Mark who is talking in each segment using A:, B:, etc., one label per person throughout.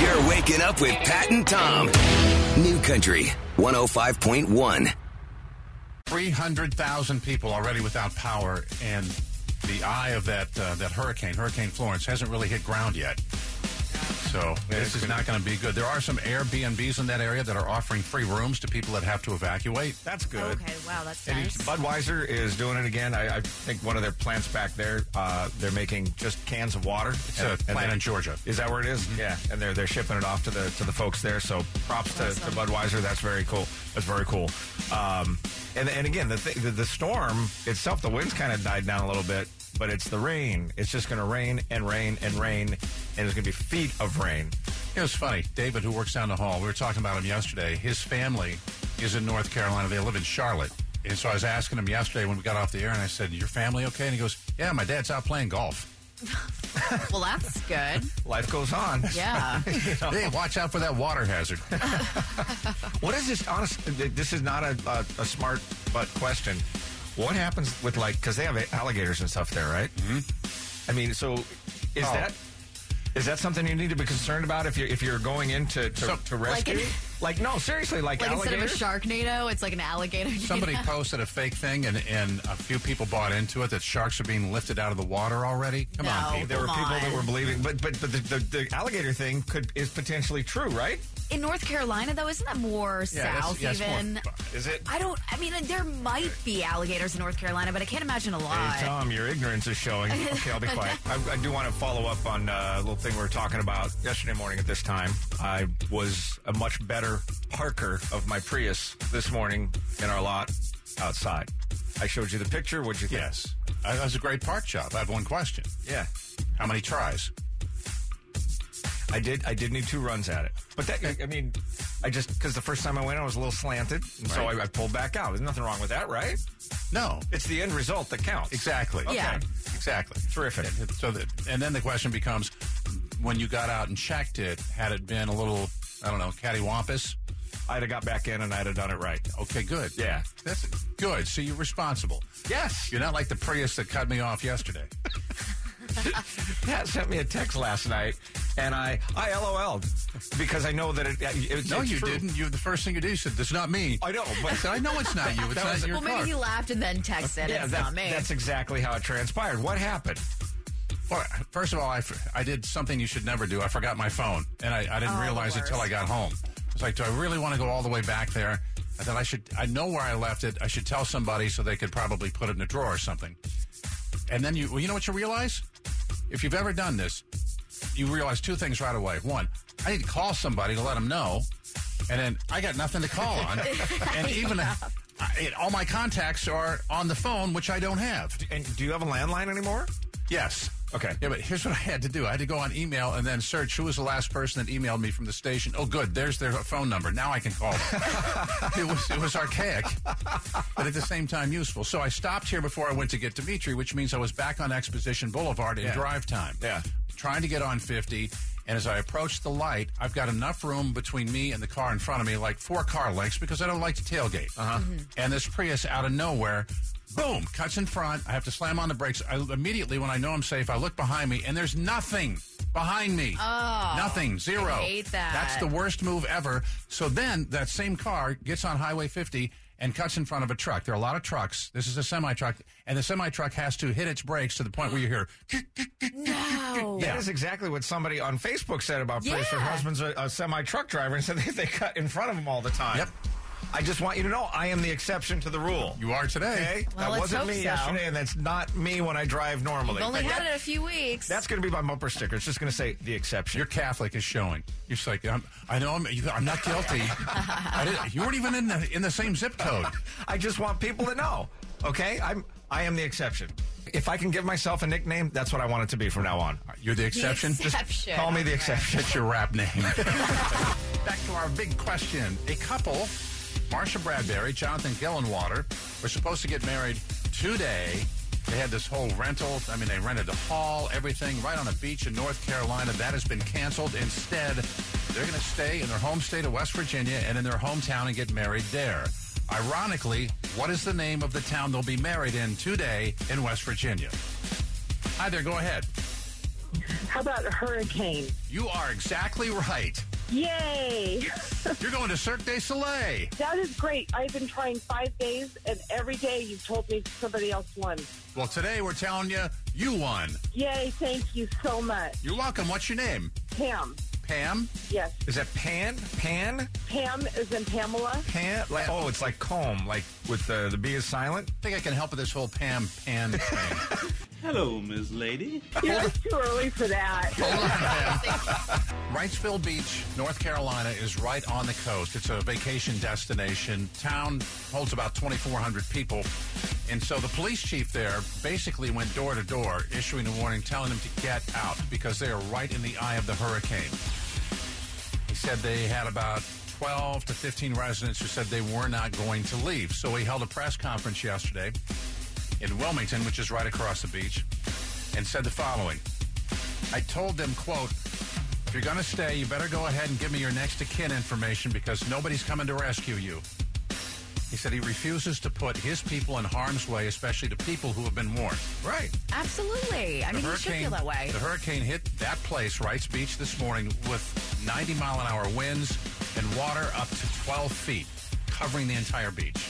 A: You're waking up with Pat and Tom. New Country 105.1.
B: 300,000 people already without power, and the eye of that uh, that hurricane, Hurricane Florence, hasn't really hit ground yet. So this is not going to be good. There are some Airbnbs in that area that are offering free rooms to people that have to evacuate.
C: That's good.
D: Okay, wow, that's
C: And
D: nice.
C: Budweiser is doing it again. I, I think one of their plants back there, uh, they're making just cans of water.
B: It's a plant
C: they-
B: in Mm-hmm. Georgia.
C: Is that where it is? Yeah, and they're they're shipping it off to the to the folks there. So props to, to Budweiser. That's very cool. That's very cool. Um, and and again, the, th- the the storm itself, the winds kind of died down a little bit, but it's the rain. It's just going to rain and rain and rain, and there's going to be feet of rain.
B: It was funny. David, who works down the hall, we were talking about him yesterday. His family is in North Carolina. They live in Charlotte. And so I was asking him yesterday when we got off the air, and I said, Your family okay? And he goes, Yeah, my dad's out playing golf.
D: well, that's good.
C: Life goes on.
D: Yeah.
B: Hey, watch out for that water hazard.
C: What is this? Honest, th- this is not a, a, a smart butt question. What happens with like because they have alligators and stuff there, right? Mm-hmm. I mean, so is
B: Oh.
C: that is that something you need to be concerned about if you're if you're going in to, to,
B: So-
C: to
D: Like
C: rescue?
D: an-
C: Like, no, seriously, like,
D: Like instead of a
C: alligators.
D: sharknado, it's like an alligator.
B: Somebody posted a fake thing, and, and a few people bought into it that sharks are being lifted out of the water already. Come on,
D: No.
B: people.
C: there were
D: Come
C: people that
D: on.
C: were believing, but but but the, the, the alligator thing could is potentially true, right?
D: In North Carolina, though, isn't that more
B: that's-
D: south
B: yeah, it's more-
D: even?
C: Is it?
D: I don't. I mean, there might be alligators in North Carolina, but I can't imagine a lot.
C: Hey, Tom, your ignorance is showing. Okay, I'll be quiet. I, I do want to follow up on uh, a little thing we were talking about yesterday morning at this time. I was a much better parker of my Prius this morning in our lot outside. I showed you the picture. What'd you think?
B: Yes. Uh, That was a great park job. I have one question.
C: Yeah.
B: How many tries?
C: I did. I did need two runs at it, but that I- I mean, I just because the first time I went, I was a little slanted, and so
B: Right.
C: I, I pulled back out. There's nothing wrong with that, right?
B: No.
C: It's the end result that counts.
B: Exactly.
D: Yeah.
B: Exactly.
C: Terrific.
B: And So that, and then the question becomes, when you got out and checked it, had it been a little, I don't know, cattywampus?
C: I'd have got back in, and I'd have done it right.
B: Okay, good.
C: Yeah.
B: That's good. So you're responsible.
C: Yes.
B: You're not like the Prius that cut me off yesterday.
C: Pat sent me a text last night, and I I LOL'd because I know that it. it, it's-
B: no,
C: it's
B: you
C: true.
B: didn't. You the first thing you do you said, "That's not me."
C: I know,
B: I
C: but
B: said, "I know it's not you. It's
C: That
B: not
C: was-
B: your
D: well,
B: car."
D: maybe he laughed and then texted.
C: yeah,
D: it's
C: that-
D: not me.
C: that's exactly how it transpired. What happened?
B: Well, first of all, I, f- I did something you should never do. I forgot my phone, and I, I didn't
D: Oh, the
B: realize it till I
D: worst.
B: got home. It's like, do I really want to go all the way back there? I thought I should. I know where I left it. I should tell somebody so they could probably put it in a drawer or something. And then you, well, you know what you realize? If you've ever done this, you realize two things right away. One, I need to call somebody to let them know, and then I got nothing to call on, and even I, it, all my contacts are on the phone, which I don't have.
C: And do you have a landline anymore?
B: Yes.
C: Okay.
B: Yeah, but here's what I had to do. I had to go on email and then search who was the last person that emailed me from the station. Oh, good. There's their phone number. Now I can call them. it was it was archaic, but at the same time useful. So I stopped here before I went to get Dimitri, which means I was back on Exposition Boulevard in
C: Yeah.
B: drive time.
C: Yeah.
B: Trying to get on 50, and as I approach the light, I've got enough room between me and the car in front of me, like four car lengths, because I don't like to tailgate. Uh-huh.
D: Mm-hmm.
B: And this Prius out of nowhere. Boom, cuts in front. I have to slam on the brakes. I, immediately, when I know I'm safe, I look behind me and there's nothing behind me. Oh, nothing. Zero.
D: I hate that.
B: That's the worst move ever. So then that same car gets on Highway 50 and cuts in front of a truck. There are a lot of trucks. This is a semi truck, and the semi truck has to hit its brakes to the point where you hear.
D: no.
C: That is exactly what somebody on Facebook said about Prius. Her
D: Oh. Yeah.
C: husband's a, a semi truck driver, and said they, they cut in front of him all the time.
B: Yep.
C: I just want you to know I am the exception to the rule.
B: You are today.
C: okay?
D: Well,
C: that
D: let's
C: wasn't
D: hope
C: me
D: so.
C: yesterday, and that's not me when I drive normally.
D: We've only
C: But
D: had
C: that-
D: it a few weeks.
C: that's going to be my bumper sticker. It's just going to say the exception.
B: Your Catholic is showing. You're just like I'm, I know I'm. You, I'm not guilty. I didn't, you weren't even in the in the same zip code.
C: I just want people to know. Okay, I'm I am the exception. If I can give myself a nickname, that's what I want it to be from now on.
B: You're the
D: the
B: exception. Just
D: exception.
C: Call me the
D: All right.
C: exception.
B: That's your rap name. Back to our big question. A couple, Marsha Bradbury, Jonathan Gillenwater, were supposed to get married today. They had this whole rental. I mean, they rented the hall, everything, right on a beach in North Carolina. That has been canceled. Instead, they're going to stay in their home state of West Virginia and in their hometown and get married there. Ironically, what is the name of the town they'll be married in today in West Virginia? Hi there, go ahead.
E: How about a hurricane?
B: You are exactly right.
E: Yay!
B: You're going to Cirque du Soleil.
E: That is great. I've been trying five days, and every day you've told me somebody else won.
B: Well, today we're telling you, you won.
E: Yay! Thank you so much,
B: You're welcome. What's your name?
E: Pam.
B: Pam?
E: Yes,
C: Is that pan? Pan?
E: Pam is in Pamela.
C: Pan? Like, oh, it's like comb, like with the, the B is silent.
B: I think I can help with this whole Pam Pan thing.
F: Hello, Miss Lady.
E: You're too early for that.
B: Wrightsville Beach, North Carolina is right on the coast. It's a vacation destination. Town holds about 2,400 people. And so the police chief there basically went door to door issuing a warning, telling them to get out because they are right in the eye of the hurricane. He said they had about 12 to 15 residents who said they were not going to leave. So he held a press conference yesterday in Wilmington, which is right across the beach, and said the following. I told them, quote, if you're going to stay, you better go ahead and give me your next of kin information because nobody's coming to rescue you. He said he refuses to put his people in harm's way, especially to people who have been warned.
C: Right.
D: Absolutely. I mean, you should feel that way.
B: The hurricane hit that place, Wrights Beach, this morning with 90 mile an hour winds and water up to 12 feet, covering the entire beach.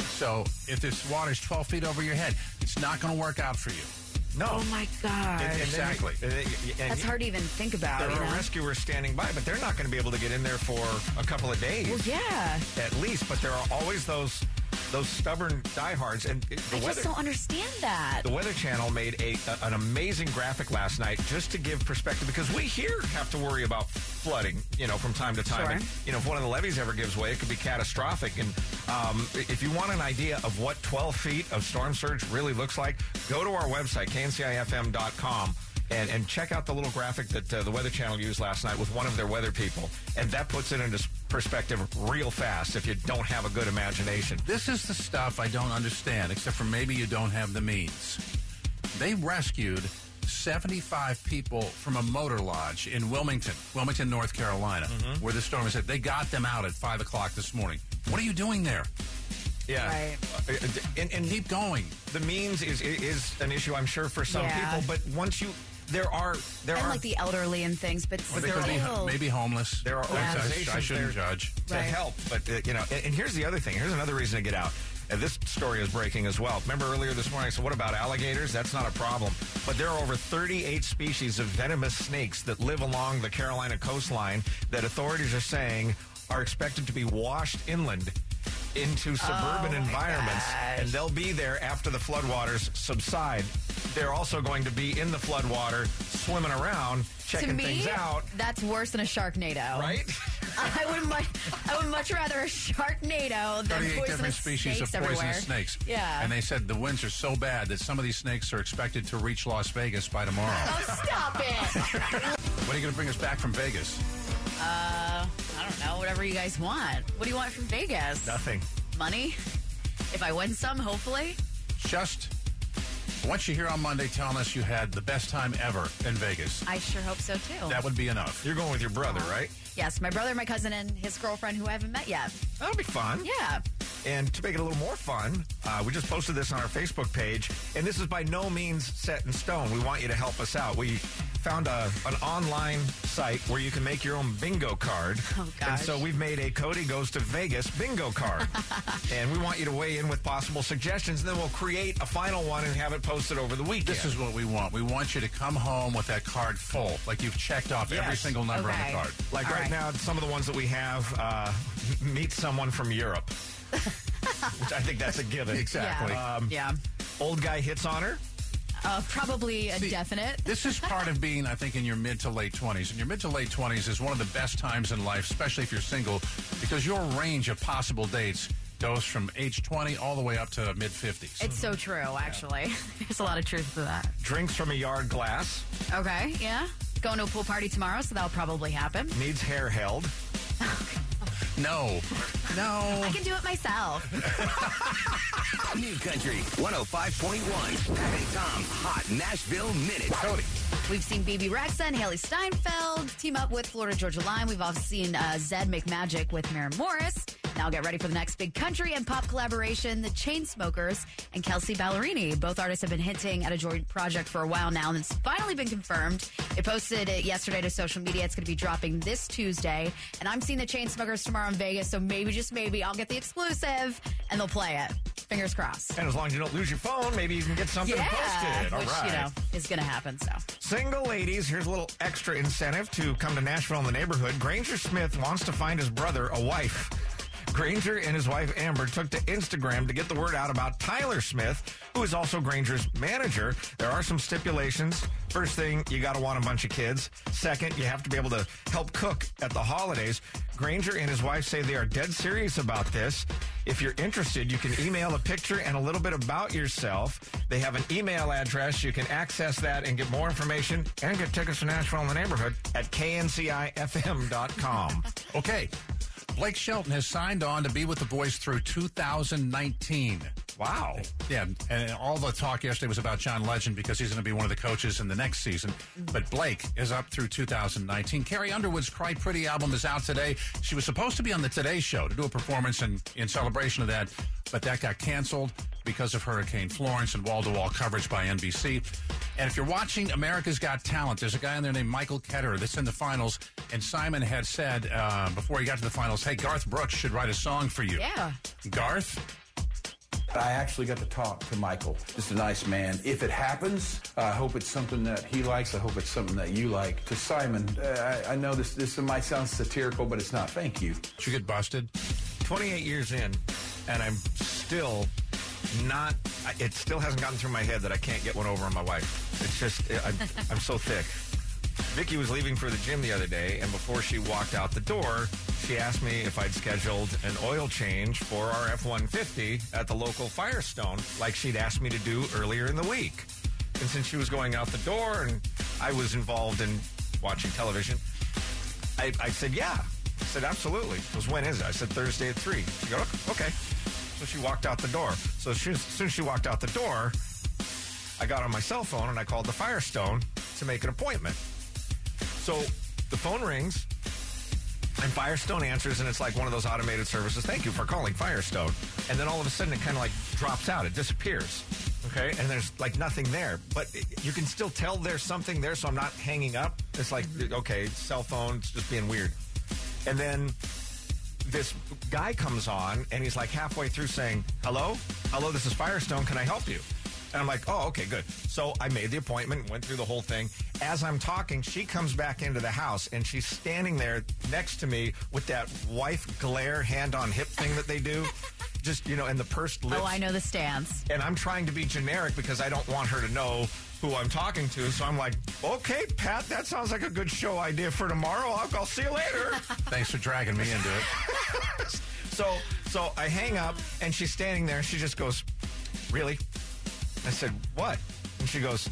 B: So if this water's 12 feet over your head, it's not going to work out for you.
C: No. E,
D: Oh my
C: And- and
D: God.
C: then-
B: Exactly.
C: and then- and-
D: That's hard to even think about.
C: There
D: You
C: are
D: know?
C: rescuers standing by, but they're not going to be able to get in there for a couple of days
D: Well, yeah.
C: at least. But there are always those those stubborn diehards, and it- the
D: I
C: weather.
D: just don't understand that.
C: the Weather Channel made a, a- an amazing graphic last night just to give perspective because we here have to worry about flooding, you know, from time to time.
D: Sure.
C: And, you know, if one of the levees ever gives way, it could be catastrophic. And um, i- if you want an idea of what 12 feet of storm surge really looks like, go to our website, kncifm.com. And, and check out the little graphic that uh, the Weather Channel used last night with one of their weather people. And that puts it into s- perspective real fast if you don't have a good imagination.
B: This is the stuff I don't understand, except for maybe you don't have the means. They rescued 75 people from a motor lodge in Wilmington, Wilmington, North Carolina, where the storm is at. They got them out at 5 o'clock this morning. What are you doing there?
C: Yeah.
D: Right.
C: Uh, uh, and, and
B: Keep going.
C: the means is is an issue, I'm sure, for some
D: Yeah.
C: people. But once you, there are there
D: And
C: are
D: like the elderly and things, but
B: Or they could be
D: still.
B: maybe homeless.
C: There are
B: I- I- I,
C: organizations
B: shouldn't
C: there-
B: judge.
C: to
D: Right.
C: help. But uh, you know, and, and here's the other thing. Here's another reason to get out. And this story is breaking as well. Remember earlier this morning, I said, "What about alligators? That's not a problem." But there are over 38 species of venomous snakes that live along the Carolina coastline that authorities are saying are expected to be washed inland into
D: Oh,
C: suburban environments, and they'll be there after the floodwaters subside. They're also going to be in the floodwater, swimming around, checking
D: to me,
C: things out,
D: that's worse than a Sharknado.
C: right?
D: I would much, I would much rather a Sharknado
B: 38
D: than
B: different
D: poisonous
B: species of
D: snakes
B: poisonous
D: everywhere.
B: snakes.
D: Yeah.
B: And they said the winds are so bad that some of these snakes are expected to reach Las Vegas by tomorrow.
D: oh, stop it!
B: What are you going to bring us back from Vegas?
D: I don't know. Whatever you guys want. What do you want from Vegas?
C: Nothing.
D: Money. If I win some, hopefully.
B: just once you here on Monday telling us you had the best time ever in Vegas,
D: I sure hope so too.
B: that would be enough.
C: You're going with your brother, right?
D: yes, my brother, my cousin, and his girlfriend, who I haven't met yet.
C: That'll be fun.
D: Yeah.
C: And to make it a little more fun, uh, we just posted this on our Facebook page, and this is by no means set in stone. We want you to help us out. We found a, an online site where you can make your own bingo card.
D: Oh,
C: And
D: gosh.
C: so we've made a Cody Goes to Vegas bingo card. and we want you to weigh in with possible suggestions, and then we'll create a final one and have it posted over the weekend.
B: This is what we want. We want you to come home with that card full, like you've checked off every
C: Yes.
B: single number
D: Okay.
B: on the card.
C: like
D: All
C: right,
D: right.
C: now, some of the ones that we have uh, meet someone from Europe, which I think that's a given.
B: Exactly. Uh, Um,
D: Yeah. yeah.
C: Old guy hits on her.
D: Uh, probably a definite.
B: This is part of being, I think, in your mid to late 20s. And your mid to late 20s is one of the best times in life, especially if you're single, because your range of possible dates goes from age 20 all the way up to mid 50s.
D: It's so true, actually. There's a lot of truth to that.
C: drinks from a yard glass,
D: Okay, yeah. Going to a pool party tomorrow, so that'll probably happen.
C: needs hair held.
B: No. No.
D: I can do it myself.
A: New Country 105.1. Pat and Tom Hot Nashville Minute.
B: Cody.
D: We've seen BB Rexa and Haley Steinfeld team up with Florida Georgia Line. We've also seen uh, Zed make magic with Maren Morris. Now get ready for the next big country and pop collaboration, the Chainsmokers and Kelsey Ballerini. Both artists have been hinting at a joint project for a while now, and it's finally been confirmed. It posted it yesterday to social media. It's going to be dropping this Tuesday, and I'm seeing the Chainsmokers tomorrow in Vegas, so maybe, just maybe, I'll get the exclusive, and they'll play it. Fingers crossed.
C: And as long as you don't lose your phone, maybe you can get something
D: Yeah,
C: posted. All right.
D: which you know is going to happen. So
C: Single ladies, here's a little extra incentive to come to Nashville in the neighborhood. Granger Smith wants to find his brother a wife. Granger and his wife Amber took to Instagram to get the word out about Tyler Smith, who is also Granger's manager. There are some stipulations. First thing, you got to want a bunch of kids. Second, you have to be able to help cook at the holidays. Granger and his wife say they are dead serious about this. If you're interested, you can email a picture and a little bit about yourself. They have an email address. You can access that and get more information and get tickets to Nashville in the neighborhood at kncifm.com.
B: Okay. Blake Shelton has signed on to be with the boys through 2019.
C: wow.
B: Yeah, and all the talk yesterday was about John Legend because he's going to be one of the coaches in the next season. But Blake is up through 2019. Carrie Underwood's Cry Pretty album is out today. She was supposed to be on the Today Show to do a performance in, in celebration of that, but that got canceled because of Hurricane Florence and wall to wall coverage by NBC. And if you're watching America's Got Talent, there's a guy in there named Michael Ketterer that's in the finals. And Simon had said uh, before he got to the finals, hey, Garth Brooks should write a song for you.
D: yeah,
B: Garth,
G: I actually got to talk to Michael. Just a nice man. If it happens, I hope it's something that he likes. I hope it's something that you like. To Simon, uh, I, I know this this might sound satirical, but it's not. Thank you.
B: did you get busted?
C: 28 years in, and I'm still not, I- it still hasn't gotten through my head that I can't get one over on my wife. It's just, I'm, I'm so thick. Vicky was leaving for the gym the other day, and before she walked out the door, she asked me if I'd scheduled an oil change for our F 150 at the local Firestone, like she'd asked me to do earlier in the week. And since she was going out the door and I was involved in watching television, I, I said, yeah. I said, absolutely. She goes, when is it? I said, Thursday at 3. She goes, okay. So she walked out the door. So as soon as soon as she walked out the door, I got on my cell phone and I called the Firestone to make an appointment. So the phone rings and Firestone answers and it's like one of those automated services. Thank you for calling Firestone. And then all of a sudden it kind of like drops out. It disappears. Okay. And there's like nothing there, but it- you can still tell there's something there. So I'm not hanging up. It's like, okay, cell phone. It's just being weird. And then this guy comes on and he's like halfway through saying, Hello? Hello, this is Firestone. Can I help you? And I'm like, Oh, okay, good. So I made the appointment, went through the whole thing. As I'm talking, she comes back into the house and she's standing there next to me with that wife glare hand on hip thing that they do. Just, you know, and the pursed lips
D: oh, I know the stance.
C: and I'm trying to be generic because I don't want her to know who I'm talking to. So I'm like, okay, Pat, that sounds like a good show idea for tomorrow. I'll, I'll see you later.
B: Thanks for dragging me into it.
C: so so I hang up, and she's standing there, and she just goes, really? I said, what? And she goes,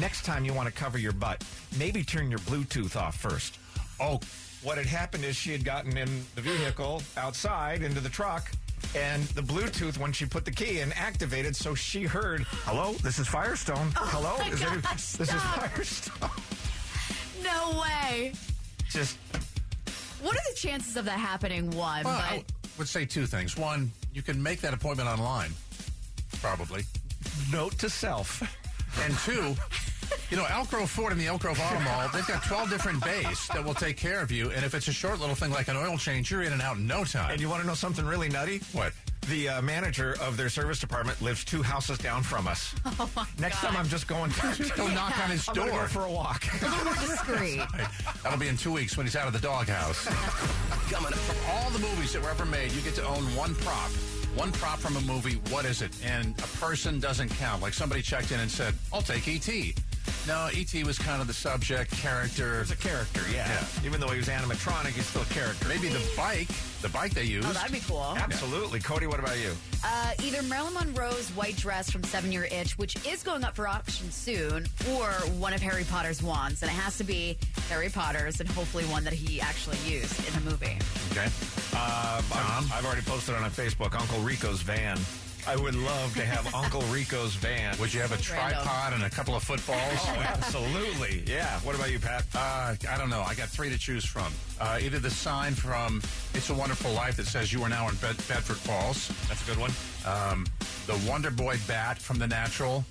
C: next time you want to cover your butt, maybe turn your Bluetooth off first. Oh, what had happened is she had gotten in the vehicle outside into the truck. And the Bluetooth, when she put the key in, activated, so she heard, "Hello, this is Firestone. Hello,
D: Oh my
C: is there-
D: gosh,
C: this is
D: stop."
C: Firestone."
D: No way.
C: Just
D: What are the chances of that happening? One,
B: Well, I
D: but
B: w- would say two things. One, you can make that appointment online, probably.
C: note to self.
B: And two, you know, Elk Grove Ford and the Elk Grove Auto Mall, they've got 12 different bays that will take care of you. And if it's a short little thing like an oil change, you're in and out in no time.
C: And you want to know something really nutty?
B: What?
C: The uh, manager of their service department lives two houses down from us. Oh my Next time I'm just going to
B: go knock on his
C: I'm gonna go
B: door.
C: for a walk.
D: more discreet.
B: That'll be in two weeks when he's out of the doghouse. Coming up from all the movies that were ever made, you get to own one prop. One prop from a movie, what is it? And a person doesn't count. Like somebody checked in and said, I'll take E.T. No, E.T. was kind of the subject, character.
C: There's a character, yeah. Even though he was animatronic, he's still a character.
B: Maybe the bike, the bike they used.
D: Oh, that'd be cool.
C: Absolutely, Cody. What about you?
D: Uh, either Marilyn Monroe's white dress from Seven Year Itch, which is going up for auction soon, or one of Harry Potter's wands. And it has to be Harry Potter's and hopefully one that he actually used in the movie.
B: okay.
C: Uh, I've- I've already posted on a Facebook Uncle Rico's van. I would love to have Uncle Rico's van.
H: Would you have a
D: Random.
H: tripod and a couple of footballs?
C: Oh, absolutely. Yeah. What about you, Pat?
H: Uh, I don't know. I got three to choose from. Uh, either the sign from "It's a Wonderful Life" that says you are now in Bed- Bedford Falls,
C: That's a good one.
H: um, the Wonder Boy bat from The Natural,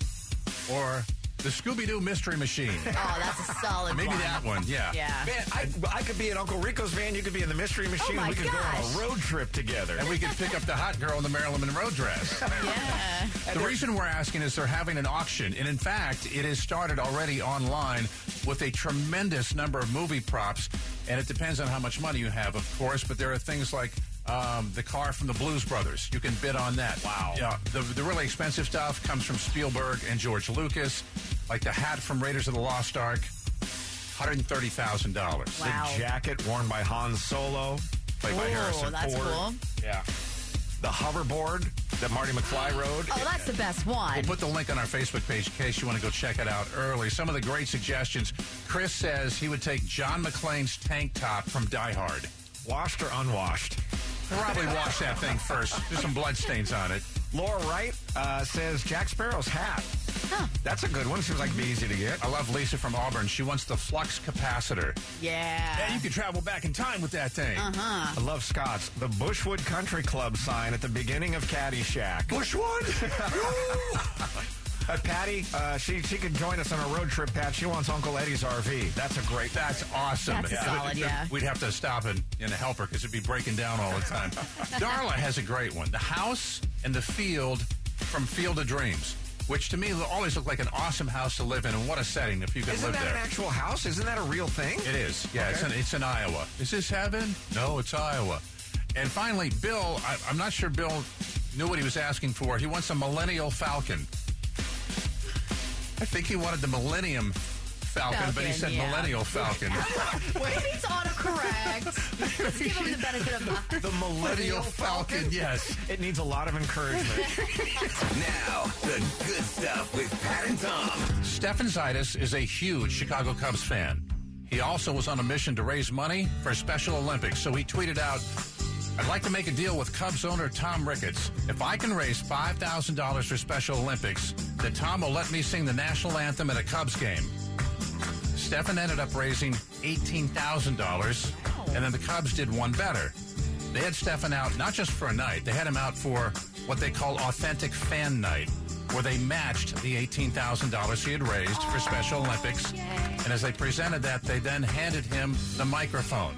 H: or the Scooby Doo Mystery Machine.
D: Oh, that's a solid
H: Maybe
D: one.
H: that one. Yeah.
D: Yeah.
C: Man, I, I could be in Uncle Rico's van. You could be in the Mystery Machine.
D: my
C: we could
D: gosh.
C: go on a road trip together.
H: And we could pick up the hot girl in the Marilyn Monroe dress.
D: Yeah.
H: The reason we're asking is they're having an auction, and in fact, it has started already online with a tremendous number of movie props. And it depends on how much money you have, of course. But there are things like um, the car from the Blues Brothers. You can bid on that.
C: Wow.
H: Yeah. The, the really expensive stuff comes from Spielberg and George Lucas, like the hat from Raiders of the Lost Ark, hundred and thirty thousand dollars.
D: Wow.
C: The jacket worn by Han Solo, played by
D: Ooh,
C: Harrison
D: that's
C: Ford.
D: cool.
C: Yeah. The hoverboard that Marty McFly rode.
D: Oh, that's the best one.
H: We'll put the link on our Facebook page in case you want to go check it out early. Some of the great suggestions. Chris says he would take John McClane's tank top from Die Hard.
C: washed or unwashed?
H: Probably wash that thing first. There's some blood stains on it.
C: Laura Wright uh, says Jack Sparrow's hat. That's a good one. Seems like it'd be easy to get.
H: I love Lisa from Auburn. She wants the flux capacitor. Yeah,
D: Yeah.
H: you can travel back in time with that thing. Uh-huh.
C: I love Scott's. The Bushwood Country Club sign at the beginning of Caddyshack.
H: Bushwood?
C: Uh, Patty, uh, she she could join us on a road trip. Pat, she wants Uncle Eddie's RV. That's a great.
H: That's awesome.
D: That's a solid, yeah.
H: We'd have to stop and, and help her because it'd be breaking down all the time. Darla has a great one. The house and the field from Field of Dreams, which to me lo- always looked like an awesome house to live in. And what a setting if you could
C: Isn't
H: live
C: that
H: there.
C: an actual house? Isn't that a real thing?
H: It is. Yeah, it's, in,
C: Okay.
H: it's in Iowa. Is this heaven? No, it's Iowa. And finally, Bill, I, I'm not sure Bill knew what he was asking for. He wants a Millennial Falcon. I think he wanted the Millennium Falcon, but
D: Falcon,
H: he said
D: yeah.
H: Millennial Falcon.
D: Maybe it's autocorrect. Let's give him the benefit of the
C: The Millennial
H: Millennial
C: Falcon.
H: Falcon, yes.
C: It needs a lot of encouragement.
A: Now, the good stuff with Pat and Tom.
H: Stefan Zaitis is a huge Chicago Cubs fan. He also was on a mission to raise money for Special Olympics, so he tweeted out, I'd like to make a deal with Cubs owner Tom Ricketts. If I can raise $5,000 for Special Olympics, then Tom will let me sing the national anthem at a Cubs game. Stefan ended up raising $18,000, and then the Cubs did one better. They had Stefan out not just for a night, they had him out for what they call authentic fan night, where they matched the $18,000 he had raised for Special Olympics. And as they presented that, they then handed him the microphone.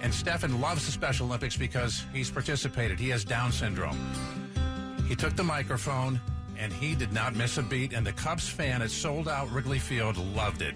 H: And Stefan loves the Special Olympics because he's participated. He has Down syndrome. He took the microphone and he did not miss a beat, and the Cubs fan at sold out Wrigley Field loved it.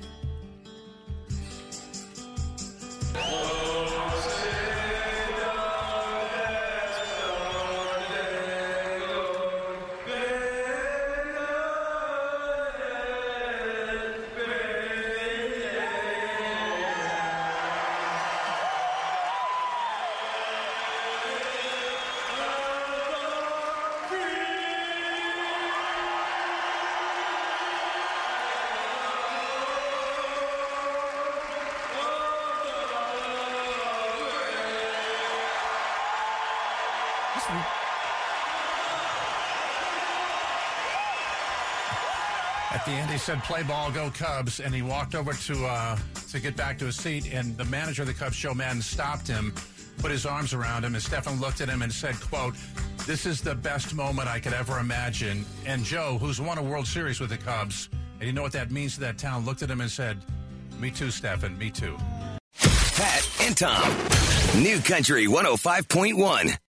H: At the end, he said, "Play ball, go Cubs," and he walked over to uh, to get back to his seat. And the manager of the Cubs, Joe Madden, stopped him, put his arms around him, and Stefan looked at him and said, "Quote." This is the best moment I could ever imagine. And Joe, who's won a World Series with the Cubs, and you know what that means to that town, looked at him and said, Me too, Stefan, me too.
A: oh Pat and Tom. New Country 105.1.